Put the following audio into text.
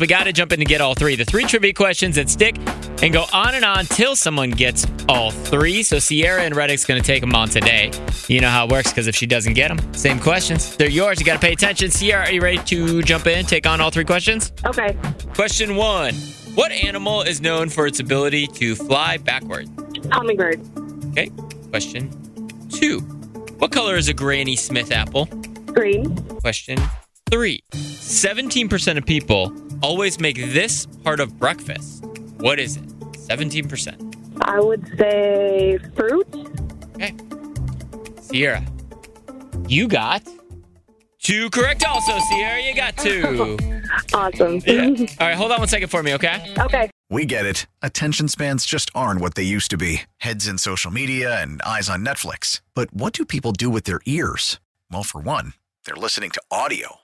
We got to jump in and get all three. The three trivia questions that stick and go on and on till someone gets all three. So Sierra and Reddick's going to take them on today. You know how it works because if she doesn't get them, same questions. They're yours. You got to pay attention. Sierra, are you ready to jump in, take on all three questions? Okay. Question one What animal is known for its ability to fly backwards? Hummingbird. Okay. Question two What color is a Granny Smith apple? Green. Question three 17% of people always make this part of breakfast. What is it? 17%. I would say fruit. Okay. Sierra, you got two correct also. Sierra, you got two. Awesome. Yeah. All right, hold on one second for me, okay? Okay. We get it. Attention spans just aren't what they used to be heads in social media and eyes on Netflix. But what do people do with their ears? Well, for one, they're listening to audio.